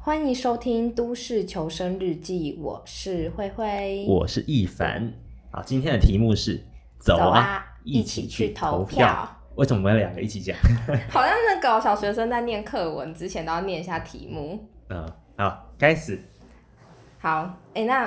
欢迎收听《都市求生日记》，我是慧慧。我是易凡。好，今天的题目是走走啊，啊，一起去投票。票。为什么我们两个一起讲？ 好像那个小学生在念课文之前都要念一下题目。嗯，好，开始。好，哎、那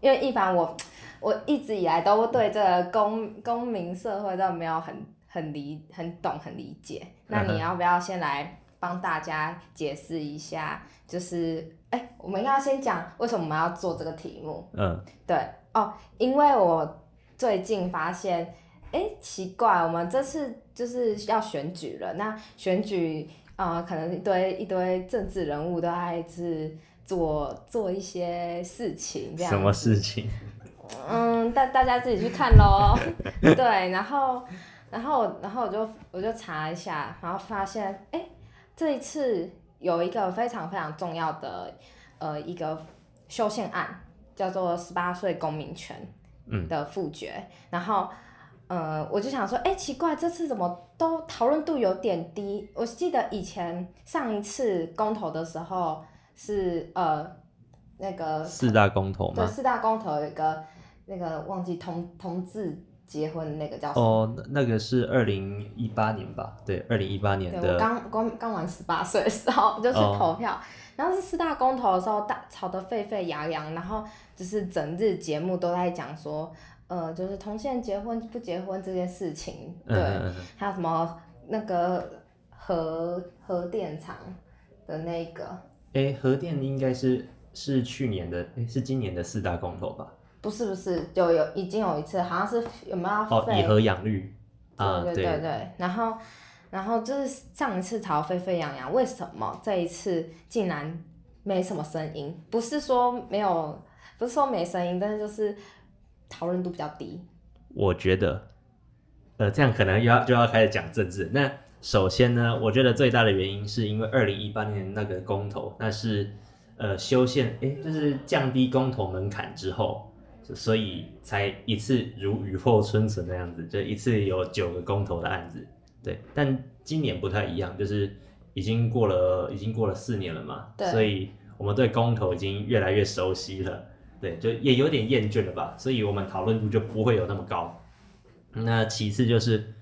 因为一凡我我一直以来都对这个公公民社会都没有很很理很懂很理解。那嗯你哼要不要先来帮大家解释一下？就是哎、我们要先讲为什么我们要做这个题目？嗯，对哦，因为我最近发现，哎，奇怪，我们这次就是要选举了，那选举呃，可能一堆一堆政治人物都爱是做做一些事情这样，什么事情？嗯，大大家自己去看喽。对，然后，然后我，然后我就我就查一下，然后发现，哎、这一次有一个非常非常重要的，呃，一个修宪案，叫做《十八岁公民权》嗯的复决。然后，呃，我就想说，哎、奇怪，这次怎么都讨论度有点低？我记得以前上一次公投的时候是呃那个四大公投对，吗？四大公投有一个那个忘记同同志结婚的那个叫什么？哦，那那个是二零一八年吧？对，二零一八年对我的。刚刚刚满十八岁的时候就去哦投票，然后是四大公投的时候，大吵得沸沸扬扬，然后就是整日节目都在讲说，呃，就是同性人结婚不结婚这件事情，对，嗯嗯嗯还有什么那个核核电厂的那个，哎，核电应该是是去年的，哎，是今年的四大公投吧？不是不是，就有已经有一次好像是有没有要哦，废以核养绿。啊，对对对对，然后然后就是上一次吵沸沸扬扬，为什么这一次竟然没什么声音？不是说没有，不是说没声音，但是就是讨论度比较低。我觉得，呃，这样可能又要就要开始讲政治。那首先呢，我觉得最大的原因是因为二零一八年那个公投，那是呃修宪，诶，就是降低公投门槛之后，就所以才一次如雨后春笋那样子，就一次有九个公投的案子。对，但今年不太一样，就是已经过了已经过了四年了嘛，对所以我们对公投已经越来越熟悉了。对，就也有点厌倦了吧，所以我们讨论度就不会有那么高。那其次就是，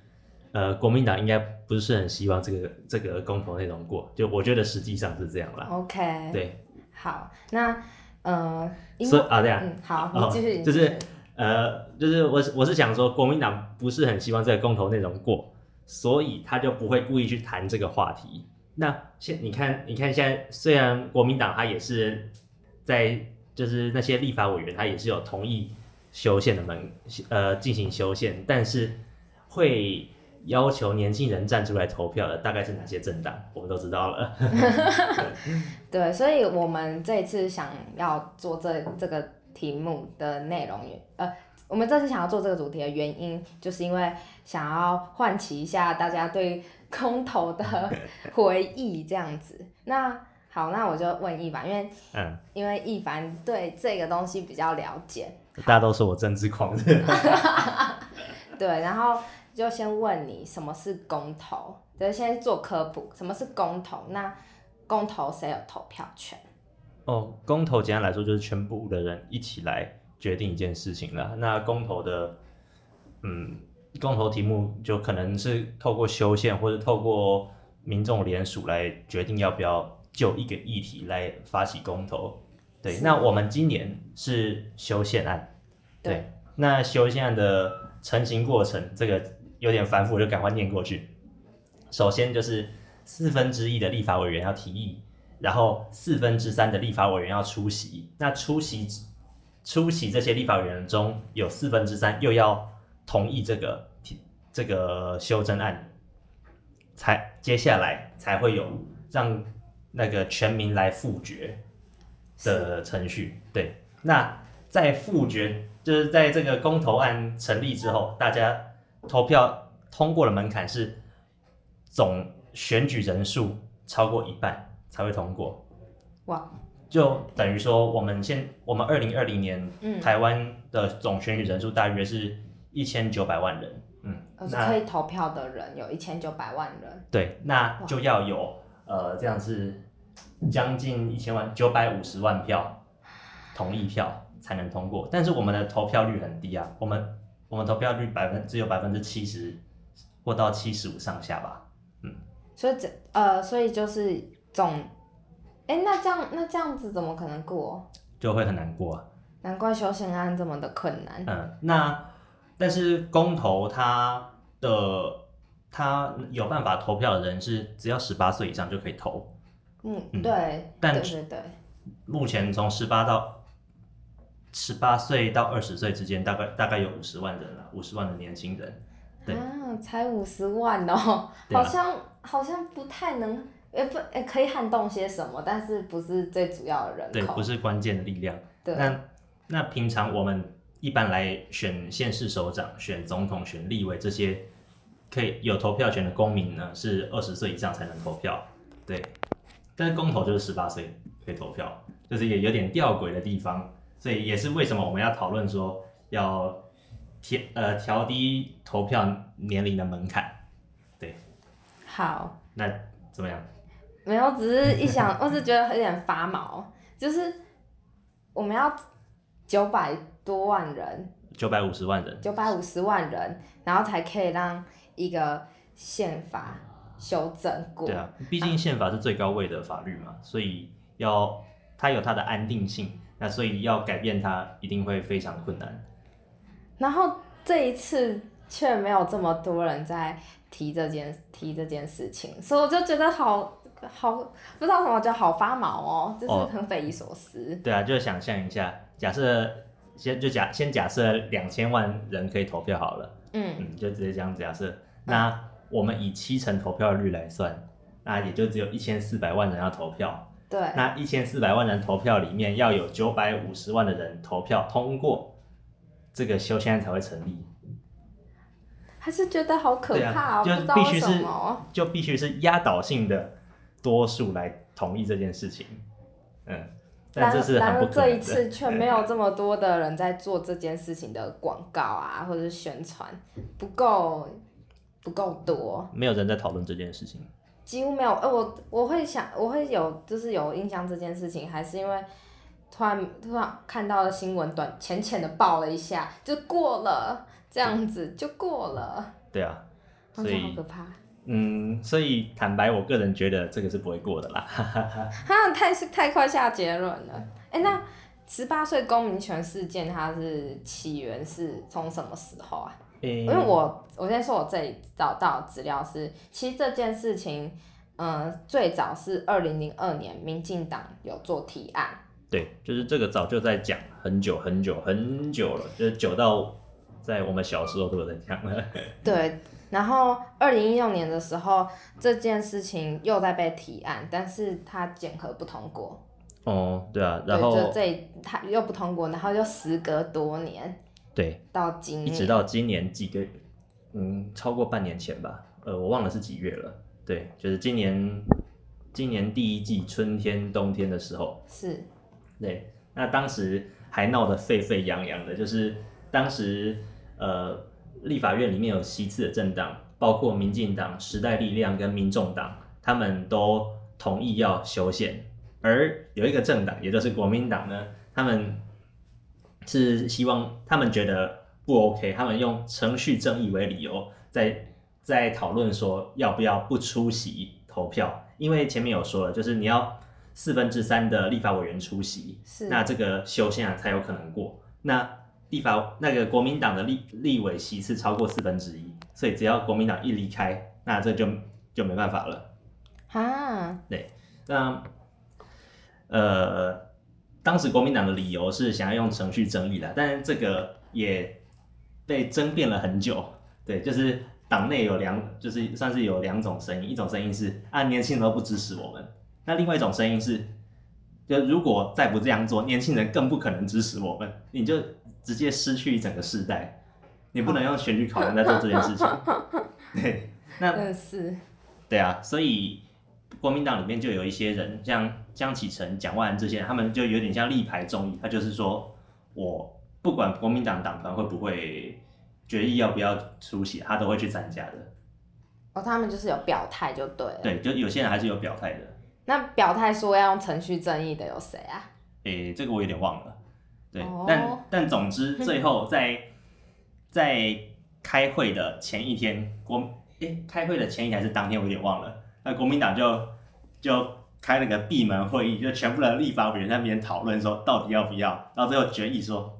呃，国民党应该不是很希望这个这个公投内容过，就我觉得实际上是这样啦。 OK，对，好，那呃，因所以为啊这样，嗯，好，哦你继续，你就继是续呃，就是我是我是想说，国民党不是很希望这个公投内容过，所以他就不会故意去谈这个话题。那现你看，你看现在虽然国民党他也是在就是那些立法委员他也是有同意修宪的门呃进行修宪，但是会要求年轻人站出来投票的大概是哪些政党，我们都知道了。对，所以我们这一次想要做这这个题目的内容，呃，我们这次想要做这个主题的原因，就是因为想要唤起一下大家对空投的回忆，这样子。那好，那我就问一凡，因为嗯，因为一凡对这个东西比较了解，大家都说我政治狂热。对，然后就先问你什么是公投，就是先做科普，什么是公投？那公投谁有投票权？哦，公投简单来说就是全部的人一起来决定一件事情啦。那公投的，嗯，公投题目就可能是透过修宪或者透过民众联署来决定要不要就一个议题来发起公投。对，是那我们今年是修宪案，对对，那修宪案的成型过程这个有点繁复，我就赶快念过去。首先就是四分之一的立法委员要提议，然后四分之三的立法委员要出席。那出席出席这些立法委员中有四分之三又要同意这个提这个修正案，才接下来才会有让那个全民来复决的程序。对，那在复决就是在这个公投案成立之后，大家投票通过的门槛是总选举人数超过一半才会通过。哇，就等于说我们现我们二零二零年嗯，台湾的总选举人数大约是一千九百万人，嗯，呃，那可以投票的人有一千九百万人，对，那就要有呃这样是将近一千万九百五十万票同意票才能通过，但是我们的投票率很低啊，我们我们投票率百分只有百分之七十或到七十五上下吧。所以这呃，所以就是总，哎、那这样那这样子怎么可能过？就会很难过啊。难怪修宪案这么的困难。嗯，那但是公投它的它有办法投票的人是只要十八岁以上就可以投，嗯，嗯对，但对对对，目前从十八到十八岁到二十岁之间，大概大概有五十万人了、五十万的年轻人。对啊，才五十万哦，对啊好像好像不太能，也不也可以撼动些什么，但是不是最主要的对人，口不。是关键的力量。对那那平常我们一般来选县市首长、选总统、选立委这些可以有投票权的公民呢，是二十岁以上才能投票。对，但是公投就是十八岁可以投票，就是也有点吊诡的地方。所以也是为什么我们要讨论说要调呃调低投票年龄的门槛。好，那怎么样？没有，只是一想，我是觉得有点发毛，就是我们要九百多万人，九百五十万人，九百五十万人，然后才可以让一个宪法修正过。对啊，毕竟宪法是最高位的法律嘛，所以要它有它的安定性，那所以要改变它一定会非常困难。然后这一次却没有这么多人在提这件提这件事情，所以我就觉得好好不知道什么，就好发毛哦，就是哦很匪夷所思。对啊，就想象一下，假设先就假先假设两千万人可以投票好了，嗯，嗯，就直接这样假设。那我们以七成投票率来算，那也就只有一千四百万人要投票。对，那一千四百万人投票里面，要有九百五十万的人投票通过，这个修宪案才会成立。还是觉得好可对怕啊，哦，就不知道必为须什是么。哦就必须是压倒性的多数来同意这件事情。嗯，但然这是然很而不可这能一的。次却没有这么多的人在做这件事情的广告啊，或者是宣传，不够不够多。没有人在讨论这件事情。几乎没有。呃，我我会想，我会有就是有印象这件事情，还是因为突然突然看到了新闻短浅浅的报了一下，就过了，这样子就过了，对啊，我所觉得好以可怕。嗯，所以坦白，我个人觉得这个是不会过的啦。哈，太是太快下结论了。哎、那十八岁公民权事件它是起源是从什么时候啊？因因为我我先说，我这里找到的资料是，其实这件事情，嗯、最早是二零零二年，民进党有做提案，对，就是这个早就在讲很久很久很久了，就是久到在我们小时候都有在讲了。对，然后二零一六年的时候，这件事情又在被提案，但是它检核不通过，哦，对啊，对然后就这它又不通过，然后又时隔多年对，到今一直年，到今年几个，嗯，超过半年前吧，呃，我忘了是几月了。对，就是今年，今年第一季春天、冬天的时候，是对，那当时还闹得沸沸扬扬的，就是当时呃，立法院里面有席次的政党，包括民进党、时代力量跟民众党，他们都同意要修宪，而有一个政党，也就是国民党呢，他们是希望他们觉得不 OK，他们用程序正义为理由，在在讨论说要不要不出席投票，因为前面有说了，就是你要四分之三的立法委员出席，是，那这个修宪啊才有可能过。那立法那个国民党的立立委席次超过四分之一，所以只要国民党一离开，那这就就没办法了。啊，那呃，当时国民党的理由是想要用程序正义的，但是这个也被争辩了很久。对，就是党内有两，就是算是有两种声音，一种声音是啊，年轻人都不支持我们；那另外一种声音是，就如果再不这样做，年轻人更不可能支持我们，你就直接失去一整个世代。你不能用选举考量在做这件事情。 对，那真的是，对啊，所以国民党里面就有一些人，像江启臣、蒋万安这些人，他们就有点像力排众议，他就是说我不管国民党党团会不会决议要不要出席，他都会去参加的。哦，他们就是有表态就对了，对，就有些人还是有表态的。那表态说要用程序正义的有谁啊？诶、这个我有点忘了。对，哦但但总之最后在在开会的前一天，国诶、开会的前一天还是当天，我有点忘了。那国民党就就开了个闭门会议，就全部的立法委员在那边讨论说到底要不要，到最后决议说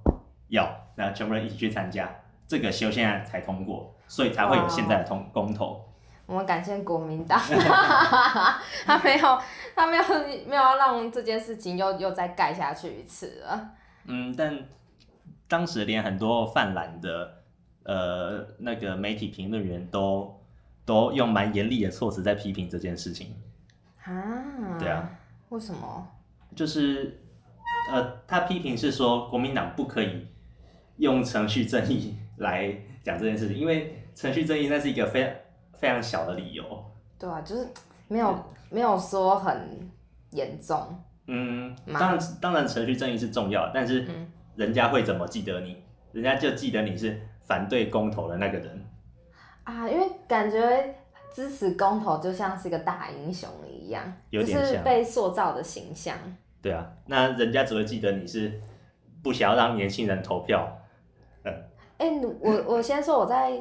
要，那全部人一起去参加，这个修宪案才通过，所以才会有现在的通公投。我们感谢国民党， 他没有他没有没有要让这件事情又又再盖下去一次了。嗯，但当时连很多泛蓝的呃那个媒体评论员都都用蛮严厉的措辞在批评这件事情，啊？对啊。为什么？就是呃他批评是说国民党不可以用程序正义来讲这件事情，因为程序正义那是一个非常非常小的理由，对啊，就是没有没有说很严重。嗯，嘛当然当然程序正义是重要的，但是嗯人家会怎么记得你？人家就记得你是反对公投的那个人。啊，因为感觉支持公投就像是一个大英雄一样，有点就是像被塑造的形象。对啊，那人家只会记得你是不想要让年轻人投票。哎、你我我先说我在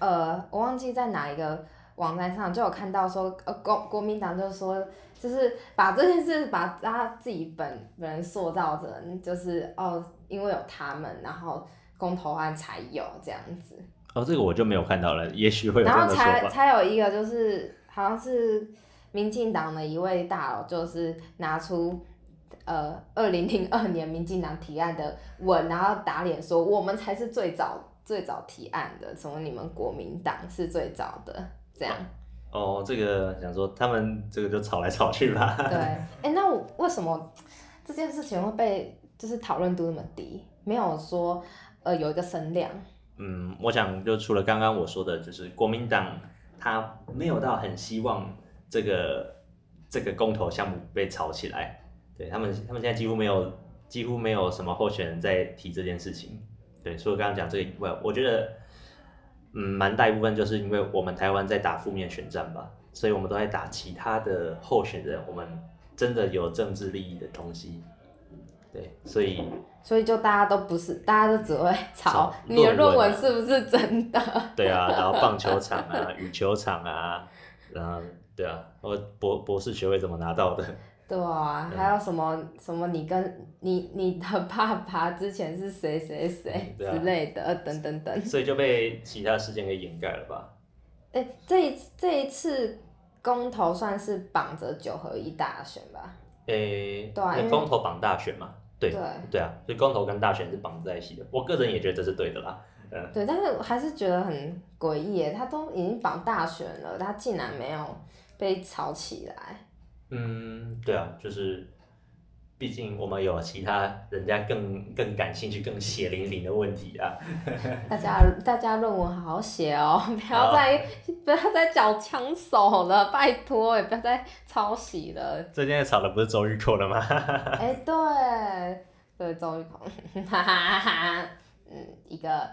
呃，我忘记在哪一个网站上就有看到说，呃，国国民党就说，就是把这件事把他自己本本人塑造成，就是哦，因为有他们，然后公投案才有这样子。哦，这个我就没有看到了，也许会有这然样后的说才法。才有一个就是好像是民进党的一位大佬，就是拿出呃二零零二年民进党提案的文，然后打脸说我们才是最早最早提案的，什么你们国民党是最早的这 样。哦，这个想说他们这个就吵来吵去吧。对，哎、那我为什么这件事情会被就是讨论度那么低？没有说呃有一个声量。嗯，我想就除了刚刚我说的，就是国民党他没有到很希望这个这个公投项目被炒起来，对他们他们现在几乎没有几乎没有什么候选人在提这件事情。对，除了刚刚讲这个以外，我觉得嗯，蛮大一部分就是因为我们台湾在打负面选战吧，所以我们都在打其他的候选人，我们真的有政治利益的东西。对，所以所以就大家都不是，大家都只会吵 吵你的论论文啊文是不是真的。对啊，然后棒球场啊、羽球场啊，然后对啊，我博博士学位怎么拿到的？ 对啊，还有什么什么你跟你你的爸爸之前是谁谁谁对啊之类的，呃等等等。所以就被其他事件给掩盖了吧？哎、这一这一次公投算是绑着九合一大选吧？诶、对啊那因为公投绑大选嘛，对对对啊，所以公投跟大选是绑在一起的。我个人也觉得这是对的啦。对，但是我还是觉得很诡异耶，他都已经绑大选了，他竟然没有被炒起 来。嗯，对啊，就是毕竟我们有其他人家更更感兴趣、更血淋淋的问题啊。 大家大家论文好好写哦， 不要啊再不要再找枪手了，拜托，也不要再抄袭了。最近在吵的不是周玉蔻了吗？ 哎、对，对，周玉蔻，哈哈哈哈，嗯，一个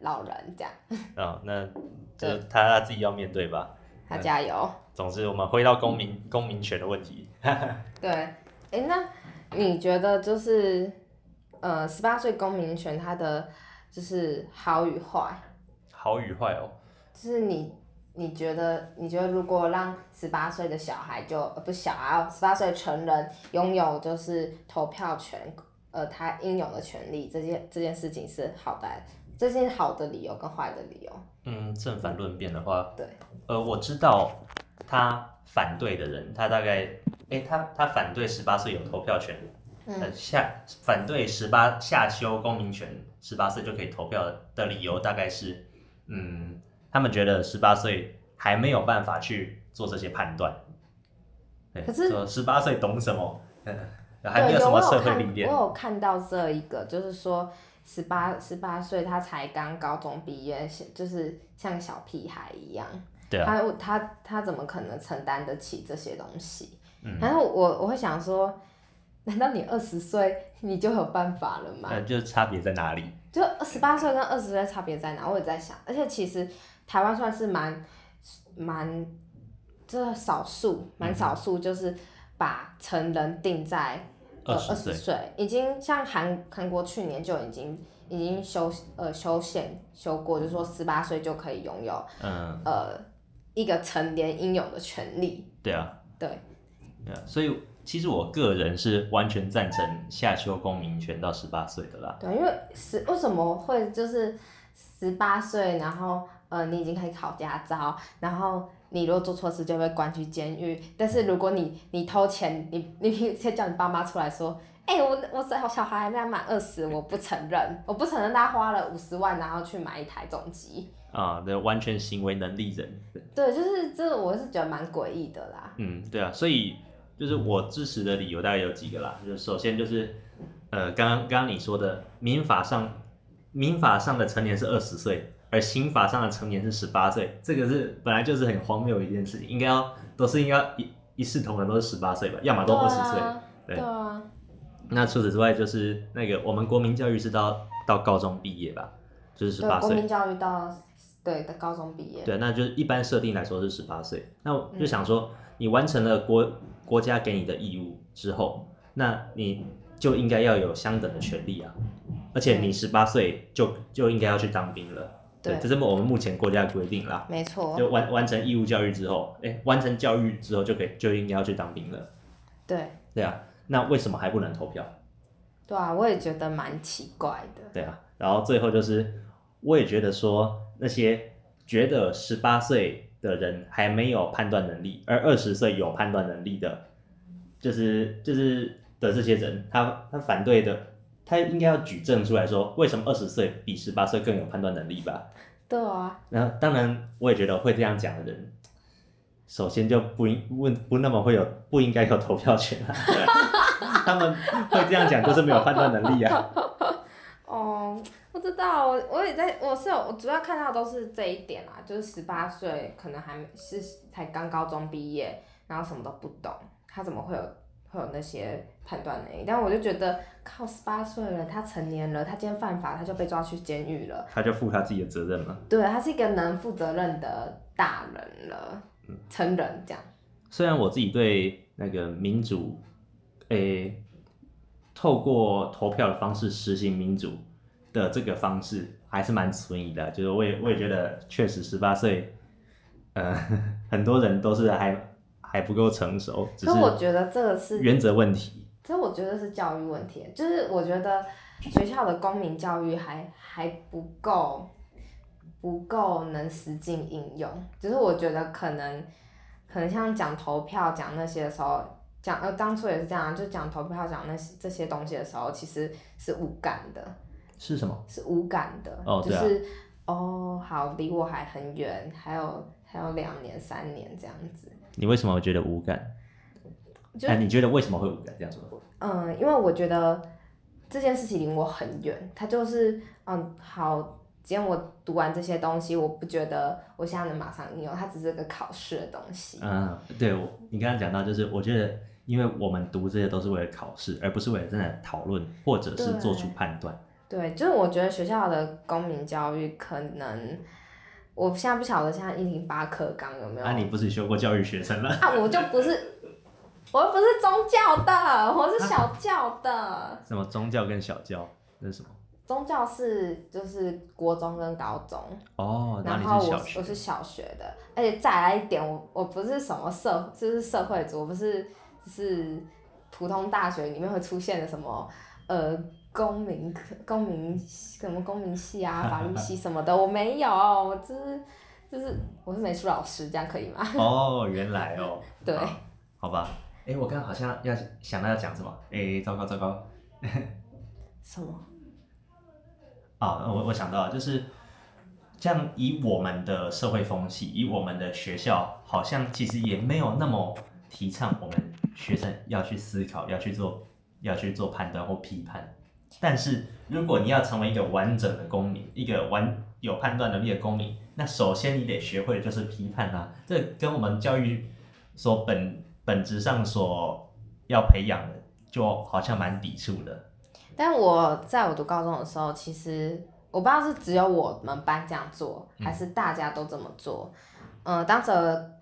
老人这样，啊、那就是他自己要面对吧。他加油。总之，我们回到公民公民权的问题。对，哎、那你觉得就是，呃，十八岁公民权它的就是好与坏，好与坏哦，就是你你觉得你觉得如果让十八岁的小孩就呃不小啊，十八岁成人拥有就是投票权，呃，他应有的权利，这件这件事情是好的，这是好的理由跟坏的理由。嗯，正反论辩的话，对，呃，我知道他反对的人，他大概，诶，他他反对十八岁有投票权，嗯呃，下反对十八下修公民权，十八岁就可以投票的理由大概是，嗯，他们觉得十八岁还没有办法去做这些判断，对可是十八岁懂什么？嗯，还没对，有什么我社有会看，历练我。有看到这一个，就是说十八十八岁，他才刚高中毕业，是就是像小屁孩一样。对啊他他他怎么可能承担得起这些东西？嗯然后我我会想说，难道你二十岁你就有办法了吗？呃，就是差别在哪里？就十八岁跟二十岁差别在哪？我也在想，而且其实台湾嗯算是蛮蛮，这少数蛮少数，就是把成人定在呃20二十岁岁，已经像韩韩国去年就已经已经修呃修宪修过，就说十八岁就可以拥有嗯，呃一个成年应有的权利。对啊，对，对啊，所以其实我个人是完全赞成下修公民权到十八岁的啦。对，因为十为什么会就是十八岁，然后呃你已经可以考驾照，然后你如果做错事就被关去监狱，但是如果你你偷钱，你你你先叫你爸妈出来说。哎、我我小小孩还没满二十，我不承认，我不承认他花了五十万，然后去买一台重机。啊，对，完全行为能力人。对，啊就是这，我是觉得蛮诡异的啦。嗯，对啊，所以就是我支持的理由大概有几个啦，就是首先就是，呃，刚刚刚刚你说的，民法上民法上的成年是二十岁，而刑法上的成年是十八岁，这个是本来就是很荒谬的一件事情，应该要都是应该要一一视同仁，都是十八岁吧，要么都二十岁。对对啊，对啊，那除此之外，就是那个我们国民教育是到到高中毕业吧，就是十对，啊八国岁民。教育到对的高中毕业，嗯对，那就是一般设定来说是十八岁。那我就想说，你完成了国国家给你的义务之后，那你就应该要有相等的权利啊。而且你十八岁就就应该要去当兵了，对，对哦这是我们目前国家的规定啦。没错，就完完成义务教育之后，哎，完成教育之后就可以就应该要去当兵了，对对啊。那为什么还不能投票？对啊，我也觉得蛮奇怪的。对啊，然后最后就是，我也觉得说那些觉得十八岁的人还没有判断能力，而二十岁有判断能力的，就是就是的这些人，他他反对的，他应该要举证出来说，为什么二十岁比十八岁更有判断能力吧？对啊，然后当然，我也觉得会这样讲的人，首先就不应不不那么会有不应该有投票权啊， 他们会这样讲就是没有判断能力啊。哦，不知道，我我也在，我是有，我主要看到都是这一点啦，就是十八岁可能还没是才刚高中毕业，然后什么都不懂，他怎么会有会有那些判断能力？但我就觉得，靠，十八岁了，他成年了，他今天犯法，他就被抓去监狱了，他就负他自己的责任嘛。对，啊他是一个能负责任的大人了，嗯成人这样，虽然我自己对那个民主，诶、透过投票的方式实行民主的这个方式，还是蛮存疑的。就是我也我也觉得，确实十八岁，呃，很多人都是还还不够成熟，只可我是觉得这个是原则问题。其实我觉得是教育问题，就是我觉得学校的公民教育还还不够，不够能实际应用。只、是我觉得可能，可能像讲投票讲那些的时候，讲呃当初也是这样，就讲投票讲那些这些东西的时候，其实是无感的，是什么？是无感的，哦就对啊是哦好离我还很远，还有还有两年三年这样子。你为什么觉得无感？就哎、你觉得为什么会无感？这样说？嗯，因为我觉得这件事情离我很远，它就是嗯，好，今天我读完这些东西，我不觉得我现在能马上应用，它只是个考试的东西。嗯，对，我你刚刚讲到，就是我觉得，因为我们读这些都是为了考试，而不是为了真的讨论或者是做出判断。对，就是我觉得学校的公民教育可能，我现在不晓得现在一零八课纲有没有啊，你不是修过教育学程吗？啊我就不是，我又不是宗教的，我啊是小教的。 什么宗教跟小教，那是什么？宗教是就是国中跟高中，哦，然你后是我小我学是小学的，而且再来一点，我我不是什么社，就是社会组，我不是是普通大学里面会出现的什么呃公民科、公民什么公民系 啊、法律系什么的，我没有，我就是就是我是美术老师，这样可以吗？ 哦，原来哦，对好，好吧。哎，我刚刚好像要想到要讲什么，哎，糟糕糟糕，什么？啊、我我想到了就是，像以我们的社会风气，以我们的学校，好像其实也没有那么提倡我们学生要去思考，要去做，要去做判断或批判。但是如果你要成为一个完整的公民，一个完有判断能力的公民，那首先你得学会的就是批判啊，这跟我们教育所本本质上所要培养的，就好像蛮抵触的。但我在我读高中的时候，其实我不知道是只有我们班这样做，嗯还是大家都这么呃做。嗯、当时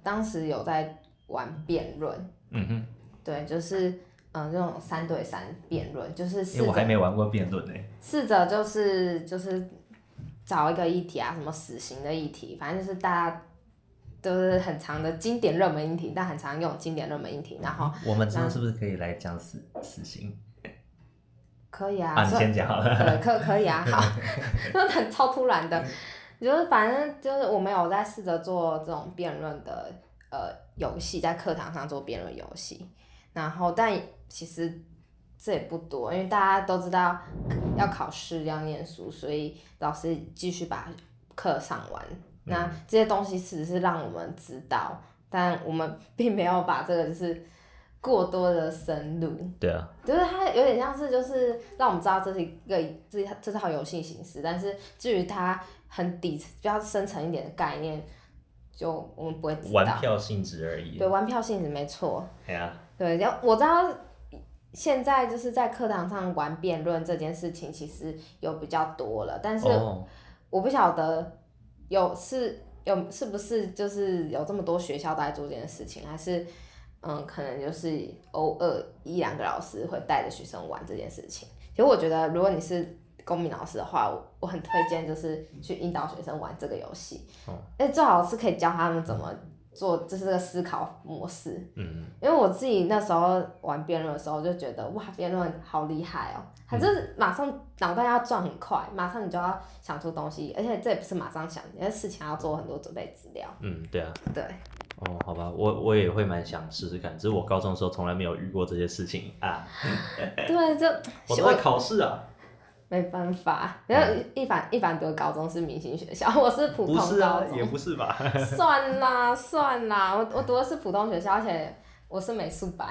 当时有在玩辩论。嗯哼，对，就是嗯、呃这种三对三辩论，就是因试为我还着没玩过辩论呢。试着就是就是找一个议题啊，什么死刑的议题，反正就是大家都是很长的经典热门议题，但很常用经典热门议题，然后嗯我们之后是不是可以来讲死死刑可以啊？啊，你所以先讲好了。 对，可可以啊，好， 那很超突然的，就是反正就是我们有在试着做这种辩论的呃游戏，在课堂上做辩论游戏，然后但其实这也不多，因为大家都知道要考试要念书，所以老师继续把课上完。那这些东西只是让我们知道，但我们并没有把这个就是过多的深入。 对啊，就是它有点像是就是让我们知道这是一个这这套游戏形式，但是至于它很底比较深层一点的概念，就我们不会知玩道。票性质而已对，。玩票性质没错。哎呀、对，然后我知道现在就是在课堂上玩辩论这件事情其实有比较多了，但是哦，我不晓得有是有是不是就是有这么多学校都在做这件事情，还是嗯，可能就是偶尔一两个老师会带着学生玩这件事情。其实我觉得，如果你是公民老师的话，我我很推荐就是去引导学生玩这个游戏，哦而且最好是可以教他们怎么做，就是这个思考模式。嗯，因为我自己那时候玩辩论的时候，就觉得哇，辩论好厉害哦！嗯它就是马上脑袋要转很快，马上你就要想出东西，而且这也不是马上想，你的事情要做很多准备资料。嗯，对啊，对，哦，好吧，我我也会蛮想试试看，只是我高中的时候从来没有遇过这些事情啊，对，就 我都在考试啊，没办法。然后一凡一凡读的高中是明星学校，我是普通不高是中，啊，也不 是吧，算啦算啦，我我读的是普通学校，而且我是美术班，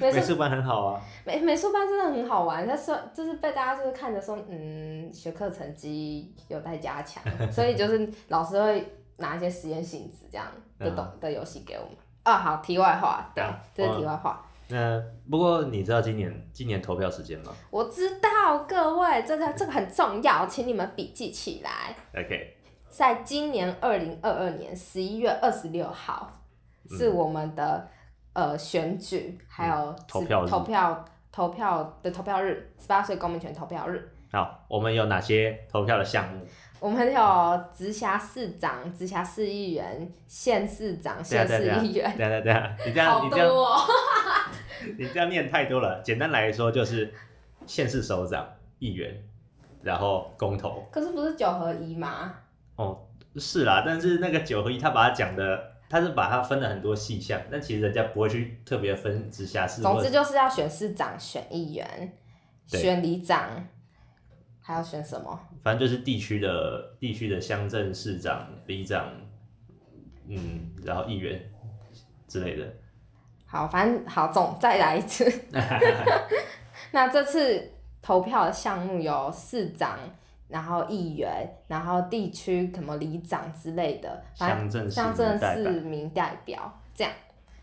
美术美术班很好啊，美美术班真的很好玩，但是就是被大家就是看着说，嗯，学科成绩有待加 强，所以就是老师会拿一些实验性质这样的嗯懂的游戏给我们。啊，好，题外话，对嗯，这是题外话。那不过你知道今年今年投票时间吗我知道各位，这个这个很重要，请你们笔记起来， ？OK，在今年二零二二年十一月二十六号嗯是我们的、呃选举，还有是投票日投票投票的投票日，十八岁公民权投票日。好，我们有哪些投票的项目？我们有直辖市长、直辖市议员、县市长、对县啊对啊市对啊议员，对啊对啊，你这样好你多这样哦！你这样念太多了。简单来说就是县市首长、议员，然后公投。可是不是九合一吗？哦，是啦，但是那个九合一他把它讲的，他是把它分了很多细项，但其实人家不会去特别分直辖市总或之就是要选市长、选议员、对选里长，还要选什么？反正就是地区的地区的乡镇市长、里长，嗯，然后议员之类的。好，反正好总再来一 次。 那这次投票的项目有市长，然后议员，然后地区什么里长之类的，反乡镇正市乡民镇代市表，民代表这样。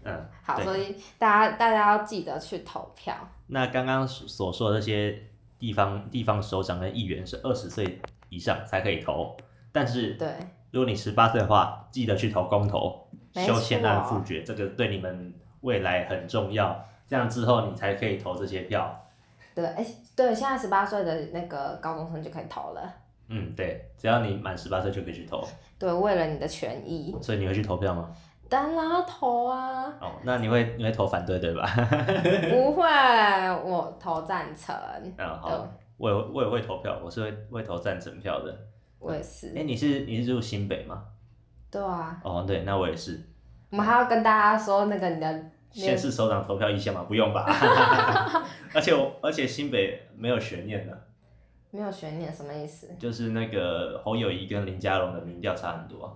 嗯，好，对所以大家大家要记得去投票。那刚刚所说的那些地方地方首长跟议员是二十岁以上才可以投，但是对，如果你十八岁的话，记得去投公投，没修宪案错复决，这个对你们未来很重要。这样之后你才可以投这些票。对，哎、对，现在十八岁的那个高中生就可以投了。嗯，对，只要你满十八岁就可以去投。对，为了你的权益，所以你会去投票吗？当然要投 啊！哦，那你会你会投反对对吧？ 不会，我投赞成。嗯，对好，我也我也会投票，我是会会投赞成票的。我也是哎、。你是你是住新北吗？对啊，哦，对，那我也是。我们还要跟大家说那个你的县市首长投票意向吗？不用吧。 而且我而且新北没有悬念的，没有悬念什么意思就是那个侯友谊跟林佳龙的民调差很多啊、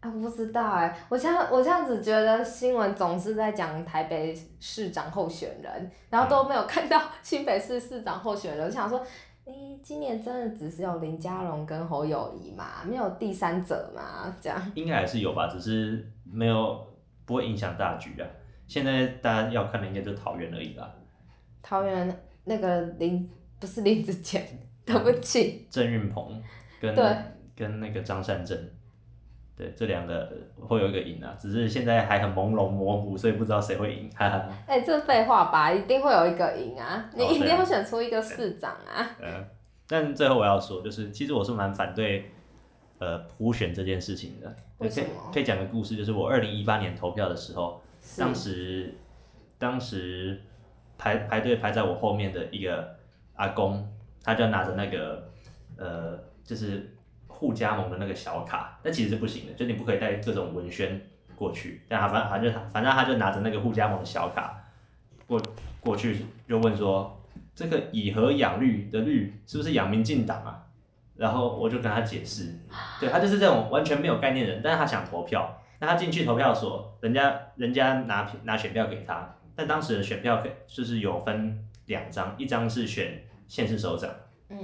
啊？我不知道哎、我这样我这样子觉得新闻总是在讲台北市长候选人，然后嗯都没有看到新北市市长候选人，我想说。诶，今年真的只是有林佳龙跟侯友谊嘛，没有第三者嘛，这样。应该还是有吧，只是没有不会影响大局啊。现在大家要看的应该就桃园而已啦。桃园那个林不是林子健， 对嗯不起，郑运鹏跟对跟那个张善政，对，这两个会有一个赢啊，只是现在还很朦胧模糊，所以不知道谁会赢。哈哈，哎、这废话吧，一定会有一个赢啊，你哦一定对啊要选出一个市长啊。 嗯，但最后我要说，就是其实我是蛮反对呃普选这件事情的。为可什以么可以讲个故事，就是我二零一八年投票的时候，是当时当时排排队排在我后面的一个阿公，他就拿着那个呃，就是互加盟的那个小卡，那其实是不行的，就你不可以带各种文宣过去。但他反反正反正他就拿着那个互加盟的小卡过过去，就问说这个以和养绿的绿是不是养民进党啊？然后我就跟他解释，对他就是这种完全没有概念的人，但是他想投票，那他进去投票所，人家人家拿拿选票给他，但当时的选票可就是有分两张，一张是选县市首长，嗯，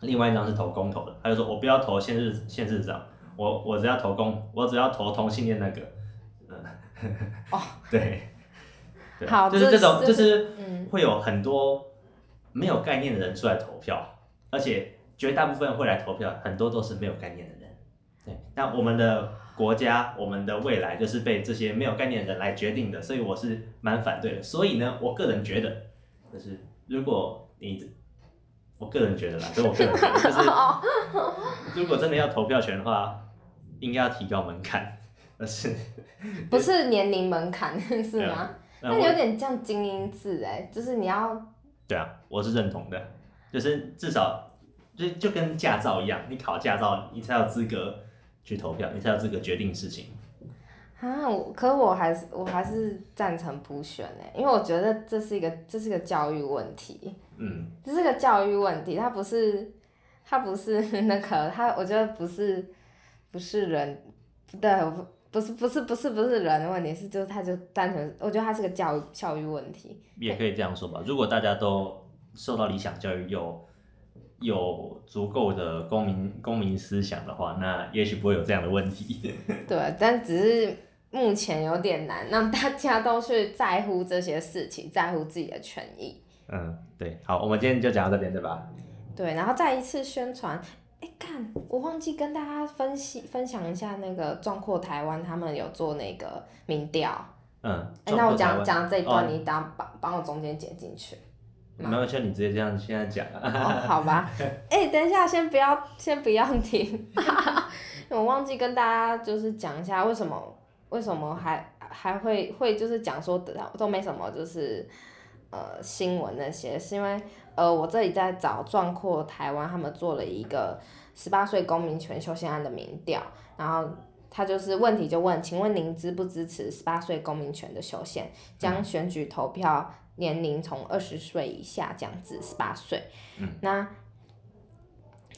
另外一张是投公投的，他就说我不要投县市县市长，我我只要投公，我只要投同性恋那个，呃 哦，对，对好就是这这种，这就是嗯会有很多没有概念的人出来投票，而且绝大部分会来投票，很多都是没有概念的人。对，那我们的国家，我们的未来就是被这些没有概念的人来决定的，所以我是蛮反对的。所以呢，我个人觉得，就是如果你，我个人觉得啦，这是我个人觉得，就是哦，如果真的要投票权的话，应该要提高门槛，但是不是年龄门槛 是啊吗？那那我有点像精英制哎、就是你要对啊，我是认同的，就是至少就就跟驾照一样，你考驾照，你才有资格去投票，你才有资格决定事情。啊，我可我还是我还是赞成普选哎、因为我觉得这是一个这是个教育问题，嗯，这是个教育问题，它不是它不是那个它，我觉得不是不是人，对，我不不是不是不是不是人的问题，是就是它就单纯，我觉得它是个教育教育问题，也可以这样说吧。如果大家都受到理想教育，有有足够的公民公民思想的话，那也许不会有这样的问题。对，但只是目前有点难让大家都去在乎这些事情，在乎自己的权益。 嗯，对，好，我们今天就讲到这边，对吧？对，然后再一次宣传。哎，看，我忘记跟大家分析分享一下那个壮阔台湾，他们有做那个民调。嗯，哎，那我讲中国台湾讲这一段，哦你当帮帮我中间剪进 去。没关系，你直接这样现在讲啊。哦，好吧。哎，等一下，先不要，先不要停。 我忘记跟大家就是讲一下为什么为什么还还会会就是讲说的都没什么，就是呃新闻那些，是因为呃我这里在找壮阔台湾，他们做了一个十八岁公民权修宪案的民调，然后。他就是问题就问，请问您支不支持十八岁公民权的修宪，将选举投票年龄从二十岁以下降至十八岁？那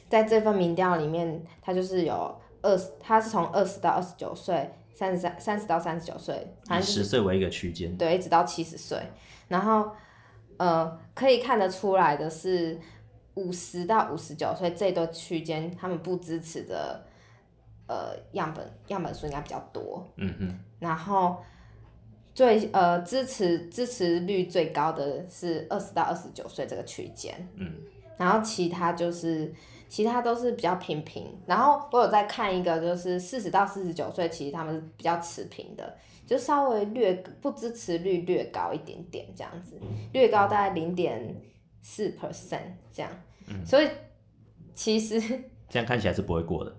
在这份民调里面，它就是有二十，它是从二十到二十九岁，三十三三十到三十九岁，反以正就是十岁为一个区间，对，一直到七十岁。然后，呃，可以看得出来的是，五十到五十九岁这一段区间，他们不支持的，呃，样本样本数应该比较多。嗯哼，然后最呃支持支持率最高的是二十到二十九岁这个区间，嗯，然后其他就是其他都是比较平平。然后我有在看一个，就是四十到四十九岁，其实他们是比较持平的，就稍微略不支持率略高一点点这样子，嗯略高大概零点四 percent 这样，嗯所以其实。 这样看起来是不会过的。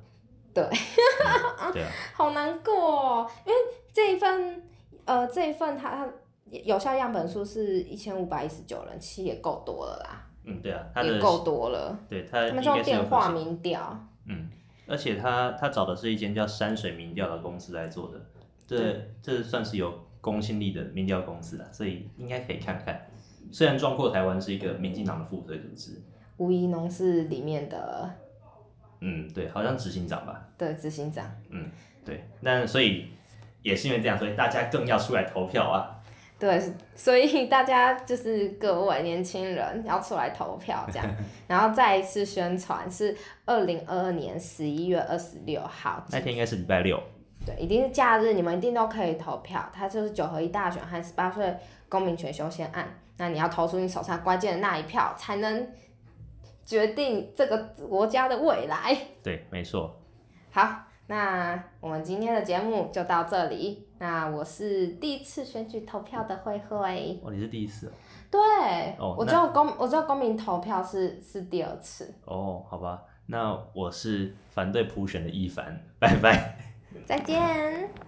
对嗯对啊，好难过、哦，因为这一份呃这一份它它有效样本数是一千五百一十九人，其实也够多了啦，嗯，对啊，他也的够多了。对他他应们该这种是有电话可信，民调，嗯，而且他他找的是一间叫山水民调的公司来做的，这这算是有公信力的民调公司啦，所以应该可以看看。虽然壮阔台湾是一个民进党的附随组织，吴怡农是里面的嗯，对，好像执行长吧，的执行长，对，那所以也是因为这样，所以大家更要出来投票啊，对，所以大家就是各位年轻人要出来投票这样，然后再一次宣传是二零二二年十一月二十六号，那天应该是礼拜六，对，一定是假日，你们一定都可以投票。它就是九合一大选和十八岁公民权修宪案。那你要投出你手上关键的那一票，才能决定这个国家的未来。 对，没错，好，那我们今天的节目就到这里。那我是第一次选举投票的慧慧，哦，你是第一次对、哦我那只有公我只有公民投票是是第二次，哦，哦好吧，那我是反对普选的一凡，拜拜。再见。